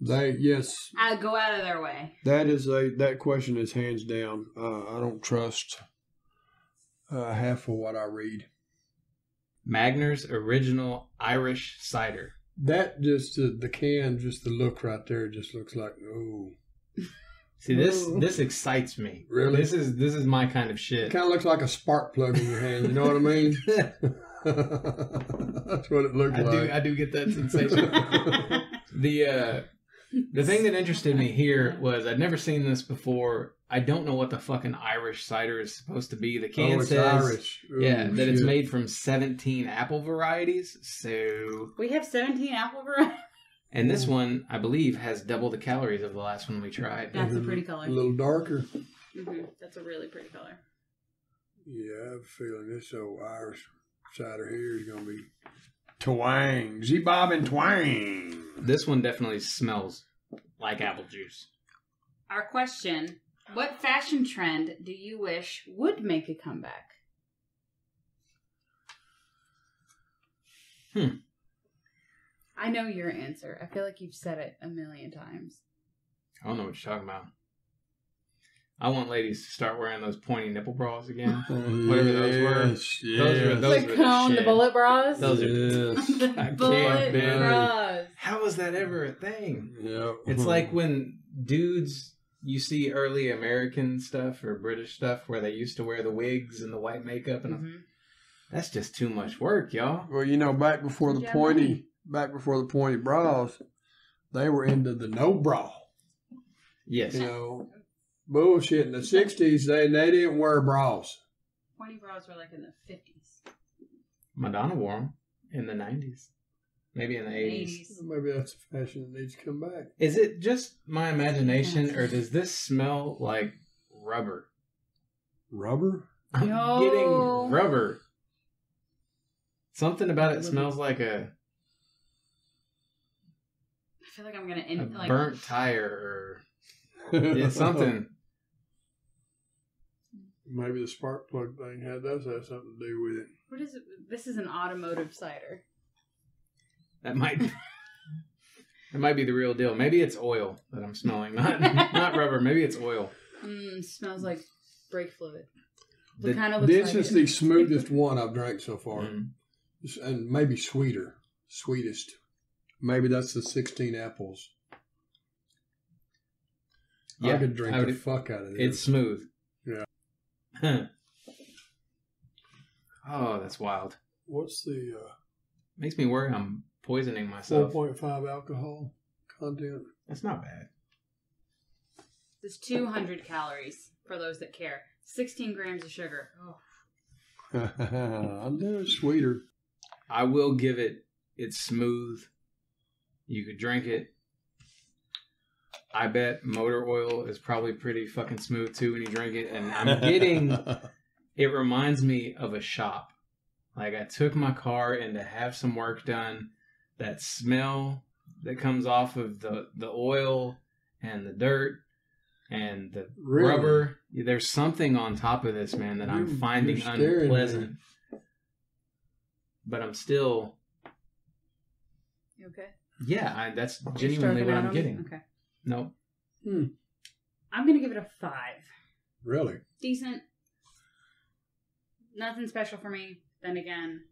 Speaker 2: They yes,
Speaker 1: I go out of their way.
Speaker 2: That is a that question is hands down. Uh, I don't trust uh, half of what I read.
Speaker 3: Magner's original Irish cider.
Speaker 2: That just uh, the can, just the look right there, just looks like oh,
Speaker 3: See this
Speaker 1: Ooh.
Speaker 3: this excites me.
Speaker 2: Really?
Speaker 3: This is this is my kind of
Speaker 2: it
Speaker 3: shit.
Speaker 2: kind of looks like a spark plug in your hand. You know what I mean? (laughs) That's what it looked
Speaker 3: (laughs) I do uh,
Speaker 2: like.
Speaker 3: I do get
Speaker 2: (laughs)
Speaker 3: that sensation. the uh the thing that interested me here was I'd never seen this before. I don't know what the fucking Irish cider is supposed to be. The can
Speaker 2: oh, it's
Speaker 3: says
Speaker 2: Irish. Ooh,
Speaker 3: yeah that it's
Speaker 2: shit.
Speaker 3: made from 17 apple varieties. So
Speaker 1: (laughs) We have 17 apple varieties.
Speaker 3: and this one I believe has double the calories of the last one we tried.
Speaker 1: That's a pretty color.
Speaker 2: a little darker.
Speaker 1: hmm That's a really pretty color.
Speaker 2: Yeah, I have a feeling this old Irish cider here is gonna be twang, z bob and twang.
Speaker 3: This one definitely smells like apple juice.
Speaker 1: Our question: What fashion trend do you wish would make a comeback?
Speaker 3: Hmm.
Speaker 1: I know your answer. I feel like you've said it a million times.
Speaker 3: I don't know what you're talking about. I want ladies to start wearing those pointy nipple bras again. Whatever those were.
Speaker 2: Yes,
Speaker 3: Those were-
Speaker 2: yes.
Speaker 3: those-
Speaker 1: the
Speaker 3: are the
Speaker 1: cone, the
Speaker 3: shit.
Speaker 1: bullet bras.
Speaker 3: Those are-
Speaker 2: yes.
Speaker 1: (laughs) the
Speaker 3: can't
Speaker 1: bullet
Speaker 3: bear it.
Speaker 1: bras.
Speaker 3: (laughs) How is that ever a (laughs) thing?
Speaker 2: Yeah.
Speaker 3: It's like when dudes you see early American stuff or British stuff where they used to wear the wigs and the white makeup and
Speaker 1: Mhm.
Speaker 3: that's just too much work, y'all.
Speaker 2: well, you know, back before the
Speaker 1: Yeah,
Speaker 2: pointy, back before the pointy bras, they were into the no bra.
Speaker 3: Yes.
Speaker 2: You know, bullshit. In the '60s, they they didn't wear bras.
Speaker 1: Pointy bras were like in the fifties,
Speaker 3: Madonna wore them in the 90s. Maybe in the 80s.
Speaker 1: eighties.
Speaker 2: Maybe that's a fashion that needs to come back.
Speaker 3: Is it just my imagination or does this smell like rubber?
Speaker 2: Rubber.
Speaker 3: I'm
Speaker 1: No.
Speaker 3: getting rubber. Something about it smells like a
Speaker 1: feel like I'm gonna
Speaker 3: A
Speaker 1: end like
Speaker 3: burnt tire or
Speaker 2: (laughs)
Speaker 3: yeah, something.
Speaker 2: Maybe the spark plug thing had does have something to do with it.
Speaker 1: what is it? This is an automotive cider.
Speaker 3: That might (laughs) that might be the real deal. Maybe it's oil that I'm smelling, not not rubber. Maybe it's oil.
Speaker 1: Mm, smells like brake fluid.
Speaker 3: The-
Speaker 1: It kind of looks
Speaker 2: This
Speaker 1: like
Speaker 2: is
Speaker 1: it.
Speaker 2: the smoothest one I've drank so far,
Speaker 3: Mm.
Speaker 2: It's- and maybe sweeter, sweetest. Maybe that's the sixteen apples. I
Speaker 3: Yeah,
Speaker 2: could drink
Speaker 3: I
Speaker 2: the
Speaker 3: would- e-
Speaker 2: fuck out of this.
Speaker 3: It's smooth.
Speaker 2: Yeah.
Speaker 3: (laughs) oh, that's wild.
Speaker 2: What's the uh,
Speaker 3: Makes me worry I'm poisoning
Speaker 2: four
Speaker 3: myself.
Speaker 2: point five alcohol (laughs) content?
Speaker 3: That's not bad.
Speaker 1: It's 200 calories for those that care. 16 grams of sugar. Oh,
Speaker 2: I know it's sweeter.
Speaker 3: I will give it. It's smooth. You could drink it. I bet motor oil is probably pretty fucking smooth too when you drink it.
Speaker 2: (laughs)
Speaker 3: And I'm getting it reminds me of a shop. Like I took my car in to have some work done. That smell that comes off of the the oil and the dirt and the
Speaker 2: Really?
Speaker 3: rubber. There's something on top of this, man, that
Speaker 2: You're-
Speaker 3: I'm finding
Speaker 2: you're scaring me.
Speaker 3: unpleasant. But I'm still,
Speaker 1: you okay?
Speaker 3: yeah, I, that's
Speaker 1: You
Speaker 3: genuinely
Speaker 1: stroking
Speaker 3: what
Speaker 1: at
Speaker 3: I'm
Speaker 1: him?
Speaker 3: getting.
Speaker 1: Okay.
Speaker 3: Nope.
Speaker 1: I'm going to give it a five.
Speaker 2: Really?
Speaker 1: Decent. Nothing special for me. Then again,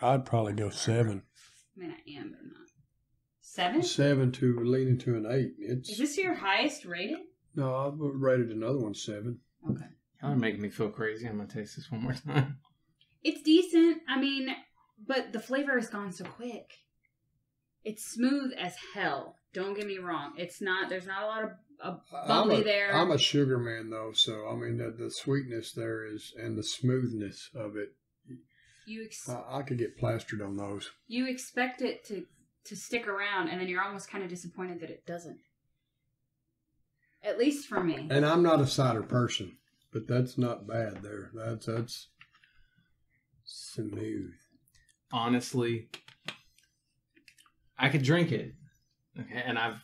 Speaker 2: I'd probably go seven.
Speaker 1: I mean, I am, but I'm not. Seven?
Speaker 2: Seven to leaning to an eight.
Speaker 1: Is
Speaker 2: It's
Speaker 1: this your highest rated?
Speaker 2: no, I rated another one seven.
Speaker 1: Okay.
Speaker 3: Y'all are making me feel crazy. I'm gonna taste this one more (laughs) time.
Speaker 1: It's decent. I mean, but the flavor has gone so quick. It's smooth as hell. Don't get me wrong. It's not, there's not a lot of, of bubbly
Speaker 2: I'm a,
Speaker 1: there.
Speaker 2: I'm a sugar man though, so I mean the, the sweetness there is and the smoothness of it.
Speaker 1: you ex-
Speaker 2: I, I could get plastered on those.
Speaker 1: you expect it to to stick around and then you're almost kind of disappointed that it doesn't at least for me
Speaker 2: And I'm not a cider person, but that's not bad there. That's that's smooth.
Speaker 3: honestly, I could drink it. Okay, and I've,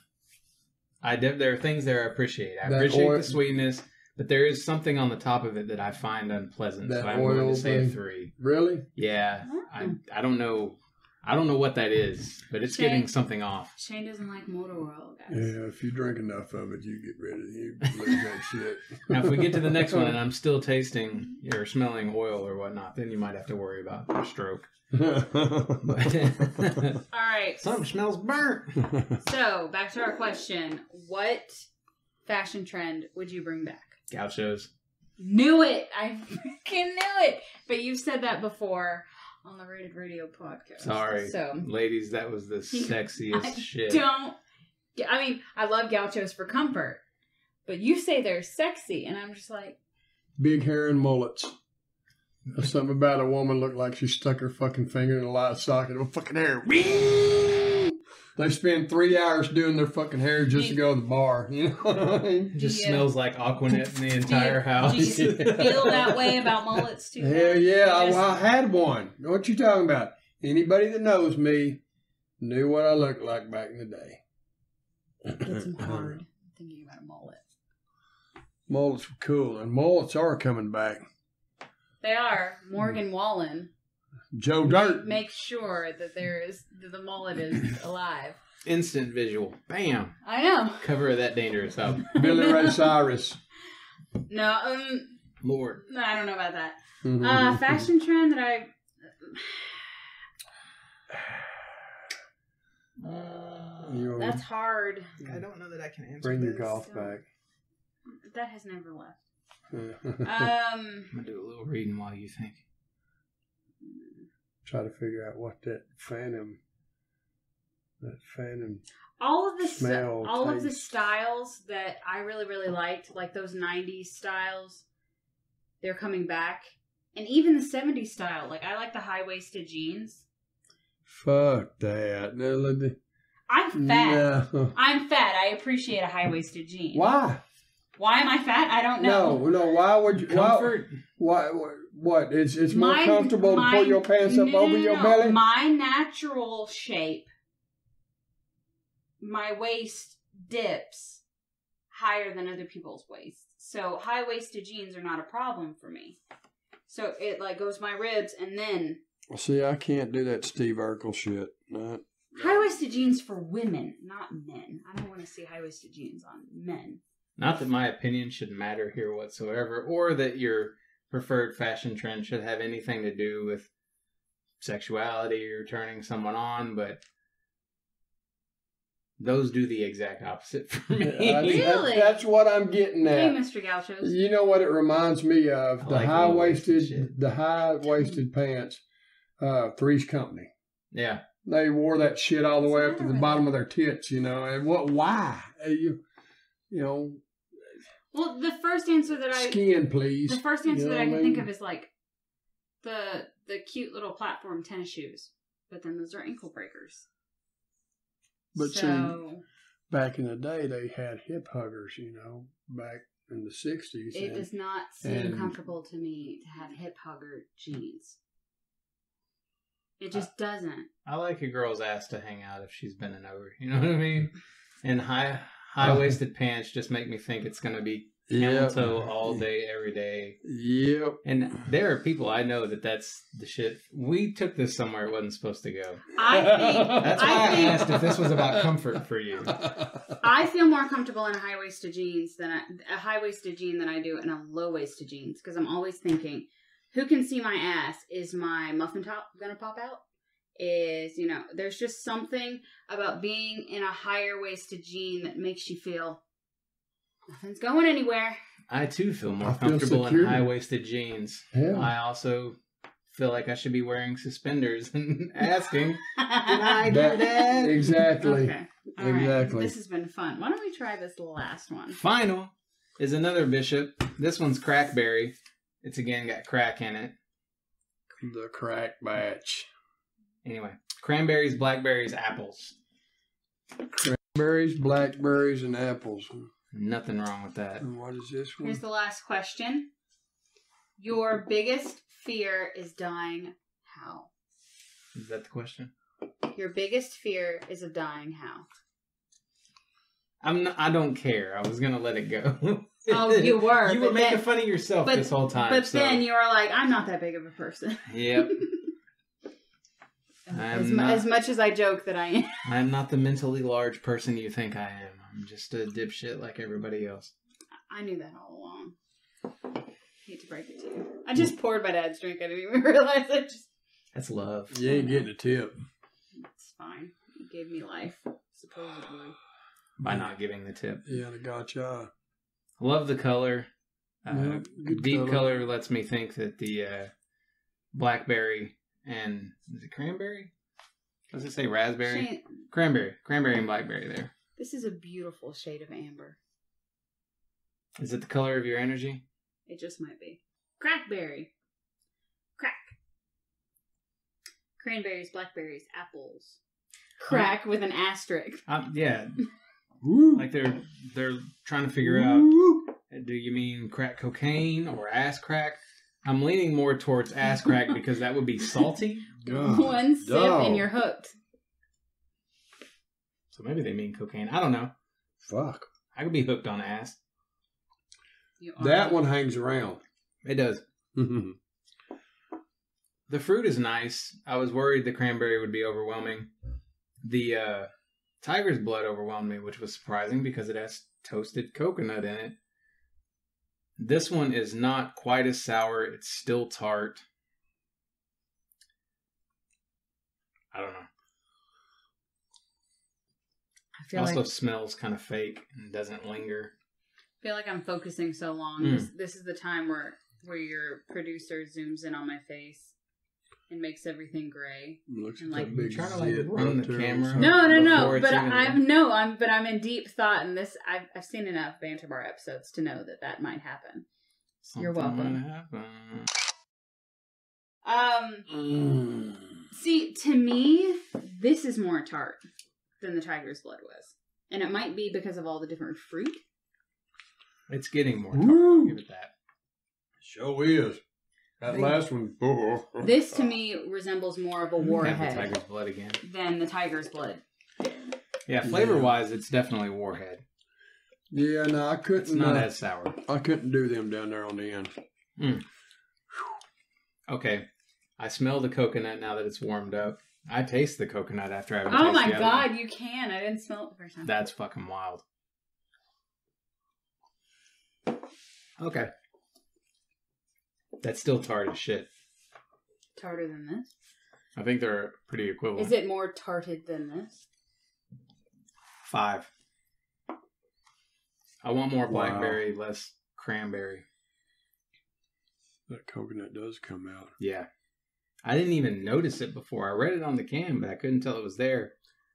Speaker 3: I de- there are things there I appreciate. I
Speaker 2: That
Speaker 3: appreciate
Speaker 2: oil-
Speaker 3: the sweetness, but there is something on the top of it that I find unpleasant.
Speaker 2: That
Speaker 3: so I'm going
Speaker 2: oil
Speaker 3: to say a
Speaker 2: thing.
Speaker 3: three.
Speaker 2: Really?
Speaker 3: Yeah, I
Speaker 1: Mm.
Speaker 3: I don't know, I don't know what that is, but it's
Speaker 1: Shane.
Speaker 3: getting something off.
Speaker 1: shane doesn't like motor oil guys
Speaker 2: Yeah. If you drink enough of it, you get rid of you lose
Speaker 3: (laughs)
Speaker 2: that shit.
Speaker 3: Now, if we get to the next one and I'm still tasting or smelling oil or whatnot, then you might have to worry about a stroke. (laughs)
Speaker 2: (laughs)
Speaker 3: But
Speaker 1: all right
Speaker 3: something smells burnt.
Speaker 1: so back to our question what fashion trend would you bring back
Speaker 3: Gauchos.
Speaker 1: knew it i (laughs) freaking knew it but you've said that before on the rated radio podcast
Speaker 3: Sorry.
Speaker 1: so
Speaker 3: Ladies, that was the sexiest
Speaker 1: I
Speaker 3: shit.
Speaker 1: don't i mean i love gauchos for comfort but you say they're sexy and i'm just
Speaker 2: (laughs)
Speaker 1: like
Speaker 2: Big hair and mullets. There's Something about a woman looked like she stuck her fucking finger in a light socket. Oh, fucking hair. They spend three hours doing their fucking hair just to go to the bar. You know what I mean?
Speaker 3: Just
Speaker 1: Yeah.
Speaker 3: smells like
Speaker 1: (laughs)
Speaker 3: Aquanet in the entire
Speaker 1: you-
Speaker 3: house.
Speaker 1: do you feel
Speaker 3: (laughs)
Speaker 1: that way about mullets too?
Speaker 2: Hell yeah, I,
Speaker 1: Just-
Speaker 2: I had one. What you talking about? Anybody that knows me knew what I looked like back in the day.
Speaker 1: It's
Speaker 2: (clears throat)
Speaker 1: hard thinking about a mullet.
Speaker 2: Mullets were cool, and mullets are coming back.
Speaker 1: They are
Speaker 2: Mm.
Speaker 1: Morgan Wallen.
Speaker 2: Joe Dirt.
Speaker 1: Make sure that there is that the mullet
Speaker 2: (clears throat)
Speaker 1: is alive.
Speaker 3: Instant visual. Bam.
Speaker 1: I know.
Speaker 3: Cover of that dangerous up.
Speaker 1: (laughs)
Speaker 2: Billy Ray Cyrus.
Speaker 1: No, um,
Speaker 3: (laughs) Lord.
Speaker 1: no, I don't know about that.
Speaker 2: Mm. Mm-hmm.
Speaker 1: Uh, fashion trend that I.
Speaker 2: You are-
Speaker 1: That's hard.
Speaker 2: I
Speaker 3: don't know that Uh, I can answer.
Speaker 2: Bring your golf
Speaker 1: so-
Speaker 2: back.
Speaker 1: That has never
Speaker 2: (laughs)
Speaker 1: left. (laughs)
Speaker 2: Try
Speaker 1: Um,
Speaker 3: I'm gonna do a little reading while you think.
Speaker 2: to figure out what that phantom, that phantom
Speaker 1: all of the s-
Speaker 2: smell.
Speaker 1: all of the
Speaker 2: taste-
Speaker 1: styles that I really really liked, like those '90s styles, they're coming back, and even the '70s style. Like I like the high waisted jeans.
Speaker 2: Fuck that. No, look at-
Speaker 1: I'm fat.
Speaker 2: No.
Speaker 1: I'm fat. I appreciate a high waisted jean.
Speaker 2: Why?
Speaker 1: Why am I fat? I don't know.
Speaker 2: No. no, Why would you? Why,
Speaker 3: Comfort.
Speaker 2: Why? wh- What? It's it's more
Speaker 1: My-
Speaker 2: comfortable to
Speaker 1: my-
Speaker 2: pull your pants up
Speaker 1: no, no,
Speaker 2: over
Speaker 1: no,
Speaker 2: your
Speaker 1: no.
Speaker 2: belly.
Speaker 1: My natural shape my waist dips higher than other people's waist. So high waisted jeans are not a problem for me. So it like goes my ribs and then
Speaker 2: Well, see, I can't do that Steve Urkel shit. Not,
Speaker 1: high
Speaker 2: (laughs)
Speaker 1: waisted jeans for women, not men. I don't want to see high waisted jeans on men.
Speaker 3: Not that my opinion should matter here whatsoever, or that your preferred fashion trend should have anything to do with sexuality or turning someone on, but those do the exact
Speaker 1: (laughs)
Speaker 2: (laughs)
Speaker 3: opposite for
Speaker 2: Yeah,
Speaker 3: me.
Speaker 2: that's- that's-
Speaker 1: Really?
Speaker 2: that's what I'm getting
Speaker 1: Hey,
Speaker 2: at.
Speaker 1: Mr. Gauchos.
Speaker 2: You know what it reminds me of?
Speaker 3: I
Speaker 2: The
Speaker 3: like
Speaker 2: high
Speaker 3: low-waisted shit.
Speaker 2: waisted, the high waisted pants. Uh, Three's Company.
Speaker 3: yeah,
Speaker 2: They wore that shit all the way up to the
Speaker 1: Sorry.
Speaker 2: bottom of their tits. You know, and what? Why? Uh, You, you know,
Speaker 1: Well, the first answer that I
Speaker 2: skin, please.
Speaker 1: the first answer
Speaker 2: You know
Speaker 1: that I
Speaker 2: what
Speaker 1: can
Speaker 2: I
Speaker 1: think
Speaker 2: mean?
Speaker 1: of is like the the cute little platform tennis shoes, but then those are ankle breakers.
Speaker 2: But see-
Speaker 1: so
Speaker 2: Back in the day, they had hip huggers. You know, back in the sixties.
Speaker 1: it does not seem
Speaker 2: and-
Speaker 1: comfortable to me to have hip hugger jeans. It just doesn't.
Speaker 3: I like a girl's ass to hang out if she's bending over. You know what I mean? And high high
Speaker 2: Oh.
Speaker 3: waisted pants just make me think it's gonna be camel toe all day, every day.
Speaker 2: Yep.
Speaker 3: And there are people I know that that's the shit. We took this somewhere it wasn't supposed to go.
Speaker 2: (laughs)
Speaker 1: I think
Speaker 3: That's why
Speaker 1: I
Speaker 3: I,
Speaker 1: think-
Speaker 3: asked if this was about comfort for you.
Speaker 1: I feel more comfortable in high waisted jeans than I, a high waisted jean than I do in a low waisted jeans because I'm always thinking, who can see my ass? Is my muffin top gonna pop out? Is you know, there's just something about being in a higher waisted jean that makes you feel nothing's going anywhere.
Speaker 3: I too feel more
Speaker 2: I feel
Speaker 3: comfortable in
Speaker 2: secure.
Speaker 3: high waisted jeans.
Speaker 2: (laughs)
Speaker 1: (laughs)
Speaker 2: Yeah.
Speaker 3: I also feel like I should be wearing suspenders and (laughs) asking, Can I do
Speaker 2: That-
Speaker 3: that?
Speaker 2: Exactly.
Speaker 1: (laughs) Okay. All right.
Speaker 2: Exactly.
Speaker 1: This has been fun. Why don't we try this last one?
Speaker 3: Final is another bishop. This one's crackberry. It's again got crack in it.
Speaker 2: The crack batch.
Speaker 3: Anyway, cranberries, blackberries, apples.
Speaker 2: Berries, blackberries, and apples.
Speaker 3: Nothing wrong with that.
Speaker 2: And what is this one?
Speaker 1: Here's the last question. Your biggest fear is dying how?
Speaker 3: Is that the question?
Speaker 1: Your biggest fear is of dying how?
Speaker 3: I'm not, I don't care. I was gonna let it go.
Speaker 1: Oh,
Speaker 3: (laughs)
Speaker 1: you were.
Speaker 3: You were
Speaker 1: but
Speaker 3: making
Speaker 1: then,
Speaker 3: fun of yourself
Speaker 1: but-
Speaker 3: this whole time.
Speaker 1: But
Speaker 3: so.
Speaker 1: then you were like, I'm not that big of a person. (laughs)
Speaker 3: Yep. I'm
Speaker 1: As, mu-
Speaker 3: not-
Speaker 1: as much as I joke that I am.
Speaker 3: I'm not the mentally large person you think I am. I'm just a dipshit like everybody else.
Speaker 1: I knew that all along. Hate to break it to you. I just poured my dad's drink. I didn't even (laughs) realize I just.
Speaker 3: That's love.
Speaker 2: You ain't getting a tip.
Speaker 1: It's fine. It gave me life, supposedly.
Speaker 3: By not giving the tip.
Speaker 2: Yeah, the
Speaker 3: Uh,
Speaker 2: gotcha.
Speaker 3: Love the color. Uh,
Speaker 1: Mm-hmm.
Speaker 2: Yeah, good
Speaker 3: deep
Speaker 2: color.
Speaker 3: color lets me think that the uh, blackberry and is it cranberry? Does it say raspberry?
Speaker 1: Shane,
Speaker 3: Cranberry. Cranberry and blackberry there.
Speaker 1: this is a beautiful shade of amber.
Speaker 3: Is it the color of your energy?
Speaker 1: It just might be. Crackberry. Crack. Cranberries, blackberries, apples. Crack with an asterisk.
Speaker 3: Um, yeah.
Speaker 2: Woo.
Speaker 3: Like they're they're trying to figure out
Speaker 2: Woo.
Speaker 3: Do you mean crack cocaine or ass crack? I'm leaning more towards ass crack because that would be salty.
Speaker 1: (laughs)
Speaker 2: God.
Speaker 1: One sip
Speaker 2: dog.
Speaker 1: and you're hooked.
Speaker 3: So maybe they mean cocaine. I don't know.
Speaker 2: Fuck. (laughs)
Speaker 3: I could be hooked on ass.
Speaker 1: You
Speaker 2: That one hangs around.
Speaker 3: It does. The fruit is nice. I was worried the cranberry would be overwhelming. The uh, tiger's blood overwhelmed me, which was surprising because it has toasted coconut in it. This one is not quite as sour. It's still tart. I don't know.
Speaker 1: I feel
Speaker 3: also
Speaker 1: like,
Speaker 3: smells kind of fake and doesn't linger.
Speaker 1: feel like I'm focusing so long.
Speaker 3: Mm.
Speaker 1: This, this is the time where where your producer zooms in on my face and makes everything gray.
Speaker 2: Looks
Speaker 1: And,
Speaker 2: like
Speaker 1: like,
Speaker 2: a big
Speaker 3: trying to, like,
Speaker 2: zit
Speaker 3: run
Speaker 2: right
Speaker 3: the
Speaker 2: there.
Speaker 3: camera.
Speaker 1: No, no,
Speaker 3: Before
Speaker 1: no.
Speaker 3: it's
Speaker 1: But
Speaker 3: even-
Speaker 1: I, I'm no. I'm but I'm in deep thought, and this I've I've seen enough banter bar episodes to know that that might happen. You're welcome.
Speaker 3: might happen.
Speaker 1: Um.
Speaker 2: Mm.
Speaker 1: See, to me, this is more tart than the tiger's blood was. And it might be because of all the different fruit.
Speaker 3: It's getting more. Tart, I'll
Speaker 2: Woo.
Speaker 3: give it that.
Speaker 2: Sure is. That
Speaker 3: Thank-
Speaker 2: last one. (laughs)
Speaker 1: This
Speaker 3: (laughs)
Speaker 1: to me resembles more of a
Speaker 3: Have the
Speaker 1: warhead
Speaker 3: tiger's blood again.
Speaker 1: than the tiger's blood.
Speaker 3: Yeah, flavor wise, it's definitely Warhead.
Speaker 2: Yeah, no, I
Speaker 3: It's
Speaker 2: couldn't.
Speaker 3: not
Speaker 2: uh,
Speaker 3: as sour.
Speaker 2: I couldn't do them down there on the end.
Speaker 3: Okay, I smell the coconut now that it's warmed up. I taste the coconut after I.
Speaker 1: Oh my god, you can. I didn't smell it the first time.
Speaker 3: that's fucking wild. Okay, that's still tart as shit.
Speaker 1: Tartar than this.
Speaker 3: I think they're pretty equivalent.
Speaker 1: Is it more tarted than this?
Speaker 3: Five. I want more
Speaker 2: Wow.
Speaker 3: blackberry, less cranberry.
Speaker 2: That coconut does come out.
Speaker 3: Yeah. I didn't even notice it before. I read it on the can, but I couldn't tell it was there.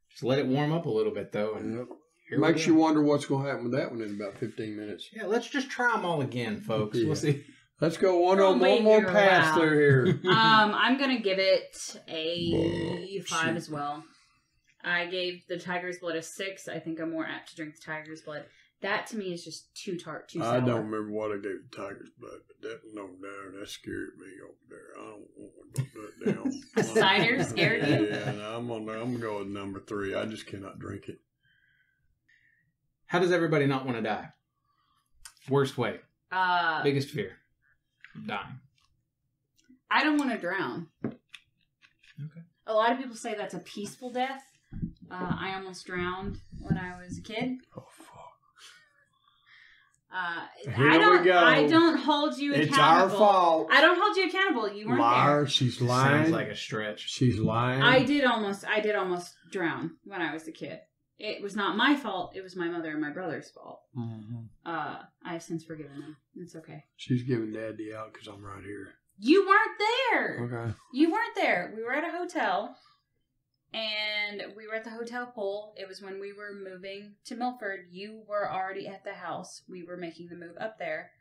Speaker 3: Just let it warm up a little bit though, and
Speaker 2: Yep.
Speaker 3: here we
Speaker 2: Makes
Speaker 3: go.
Speaker 2: you wonder what's going to happen with that one in about 15 minutes.
Speaker 3: Yeah, let's just try them all again, folks.
Speaker 2: Yeah.
Speaker 3: We'll see.
Speaker 2: Let's go one
Speaker 1: Oh,
Speaker 2: on
Speaker 1: wait,
Speaker 2: one more
Speaker 1: you're
Speaker 2: pass
Speaker 1: allowed.
Speaker 2: through
Speaker 1: (laughs) (laughs)
Speaker 2: here.
Speaker 1: um, I'm gonna give it a
Speaker 2: Bullshit.
Speaker 1: five as well. I gave the tiger's blood a six. I think I'm more apt to drink the tiger's blood. That to me is just too tart, too sour.
Speaker 2: I don't remember what I gave the Tigers, blood, but that no doubt that scared me over there. I don't want to
Speaker 1: (laughs)
Speaker 2: put that down.
Speaker 1: A cider scared
Speaker 3: you?
Speaker 2: Yeah, and I'm on. I'm gonna go with number three. I just cannot drink it.
Speaker 3: How does everybody not want to die? Worst way,
Speaker 1: Uh,
Speaker 3: biggest fear, dying.
Speaker 1: I don't want to drown.
Speaker 3: Okay.
Speaker 1: A lot of people say that's a peaceful death. Uh, I almost drowned when I was a kid.
Speaker 2: Oh fuck!
Speaker 1: Uh,
Speaker 2: Here
Speaker 1: I don't.
Speaker 2: we go.
Speaker 1: I don't hold you accountable.
Speaker 2: It's our fault.
Speaker 1: I don't hold you accountable. You weren't there.
Speaker 2: Liar. She's lying.
Speaker 3: Sounds like a stretch.
Speaker 2: She's lying.
Speaker 1: I did almost I did almost drown when I was a kid. It was not my fault, it was my mother and my brother's fault.
Speaker 2: Mhm.
Speaker 1: Uh I have since forgiven them. It's okay.
Speaker 2: She's giving Dad the out because I'm right here.
Speaker 1: You weren't there.
Speaker 2: Okay.
Speaker 1: You weren't there. We were at a hotel and we were at the hotel pool. It was when we were moving to Milford. You were already at the house. We were making the move up there.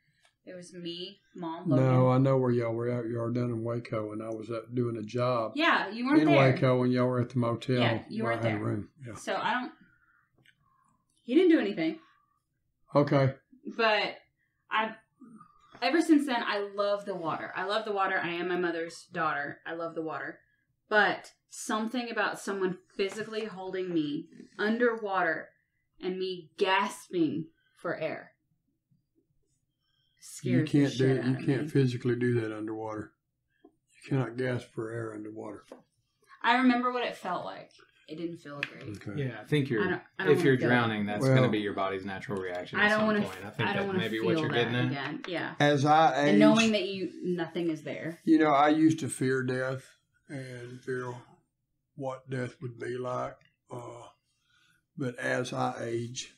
Speaker 1: It was me, mom, Logan.
Speaker 2: No, I know where y'all were at. Y'all were down in Waco, and I was up doing a job
Speaker 1: yeah, you weren't
Speaker 2: in
Speaker 1: there.
Speaker 2: Waco, and y'all were at the motel.
Speaker 1: Yeah, you
Speaker 2: where
Speaker 1: weren't
Speaker 2: I had a
Speaker 1: there.
Speaker 2: room. Yeah.
Speaker 1: So I don't He didn't do anything.
Speaker 2: Okay.
Speaker 1: but I ever since then I love the water. I love the water. I am my mother's daughter. I love the water. But something about someone physically holding me underwater and me gasping for air
Speaker 2: You
Speaker 1: scares the
Speaker 2: can't do.
Speaker 1: shit out
Speaker 2: You
Speaker 1: of
Speaker 2: can't
Speaker 1: me.
Speaker 2: physically do that underwater. You cannot gasp for air underwater.
Speaker 1: I remember what it felt like. It didn't feel great.
Speaker 2: Okay.
Speaker 3: Yeah, I
Speaker 1: I
Speaker 3: think you're.
Speaker 1: don't, I don't
Speaker 3: If
Speaker 1: wanna
Speaker 3: you're
Speaker 1: feel-
Speaker 3: drowning, that's
Speaker 2: Well-
Speaker 3: going to be your body's natural reaction
Speaker 1: I
Speaker 3: at
Speaker 1: don't
Speaker 3: some
Speaker 1: want
Speaker 3: point.
Speaker 1: to.
Speaker 3: I think
Speaker 1: I don't
Speaker 3: that
Speaker 1: want
Speaker 3: may
Speaker 1: to
Speaker 3: be
Speaker 1: feel
Speaker 3: what you're
Speaker 1: that
Speaker 3: getting at.
Speaker 1: again. Yeah,
Speaker 2: As I
Speaker 1: and
Speaker 2: age,
Speaker 1: knowing that you nothing is there.
Speaker 2: you know, I used to fear death and fear what death would be like. Uh, but as I age,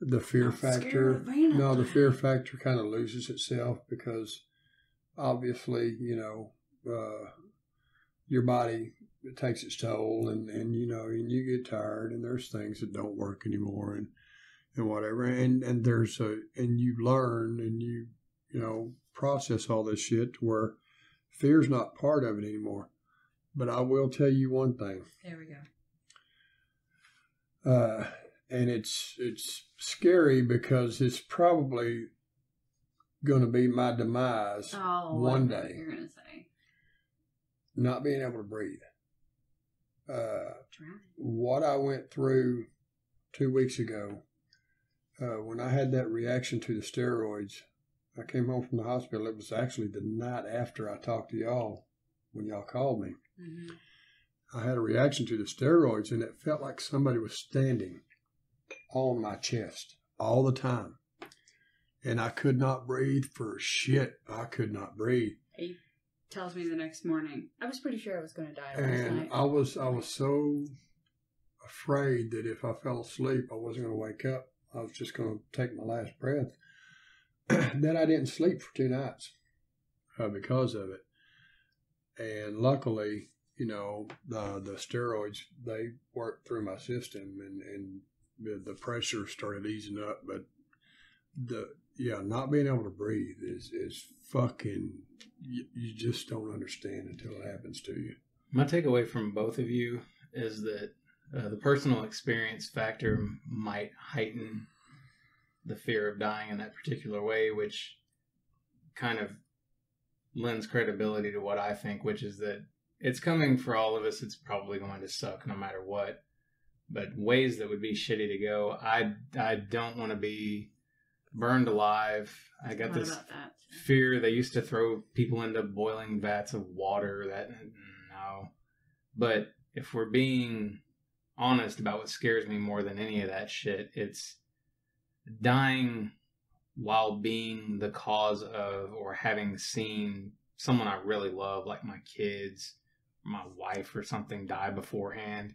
Speaker 2: the fear
Speaker 1: I'm scared
Speaker 2: factor,
Speaker 1: of being
Speaker 2: no, the
Speaker 1: alive.
Speaker 2: fear factor kind of loses itself because obviously, you know, uh, your body it takes its toll, and and you know, and you get tired, and there's things that don't work anymore, and and whatever, and and there's a and you learn and you you know process all this shit to where fear's not part of it anymore. But I will tell you one thing,
Speaker 1: There we go.
Speaker 2: uh, and it's it's scary because it's probably going to be my demise.
Speaker 1: Oh,
Speaker 2: One
Speaker 1: I know what
Speaker 2: day.
Speaker 1: you're gonna say
Speaker 2: not being able to breathe. Uh,
Speaker 1: drowning.
Speaker 2: what I went through two weeks ago uh, when I had that reaction to the steroids, I came home from the hospital. It was actually the night after I talked to y'all when y'all called me.
Speaker 1: Mhm.
Speaker 2: I had a reaction to the steroids, and it felt like somebody was standing on my chest all the time. And I could not breathe for shit. I could not breathe.
Speaker 1: He tells me the next morning. I was pretty sure I was going to die last
Speaker 2: and
Speaker 1: night.
Speaker 2: I was I was so afraid that if I fell asleep, I wasn't going to wake up. I was just going to take my last breath. (clears throat) that I didn't sleep for two nights uh, because of it. And luckily, you know, the the steroids they worked through my system, and and the, the pressure started easing up. But the yeah, not being able to breathe is is fucking. You, you just don't understand until it happens to you.
Speaker 3: My takeaway from both of you is that uh, the personal experience factor might heighten the fear of dying in that particular way, which kind of lends credibility to what I think, which is that it's coming for all of us. It's probably going to suck no matter what. but ways that would be shitty to go. I I don't want to be burned alive. I got
Speaker 1: Thought
Speaker 3: this
Speaker 1: about that.
Speaker 3: fear. They used to throw people into boiling vats of water. That no, but if we're being honest about what scares me more than any of that shit, it's dying while being the cause of or having seen someone I really love, like my kids, my wife, or something, die beforehand.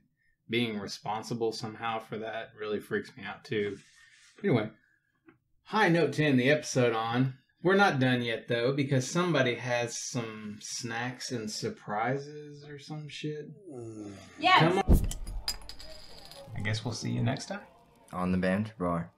Speaker 3: Being responsible somehow for that really freaks me out too. Anyway, high note to end the episode on. We're not done yet though, because somebody has some snacks and surprises or some shit.
Speaker 2: Uh,
Speaker 4: Yes.
Speaker 3: Come on. I guess we'll see you next time.
Speaker 5: On the bench, bar.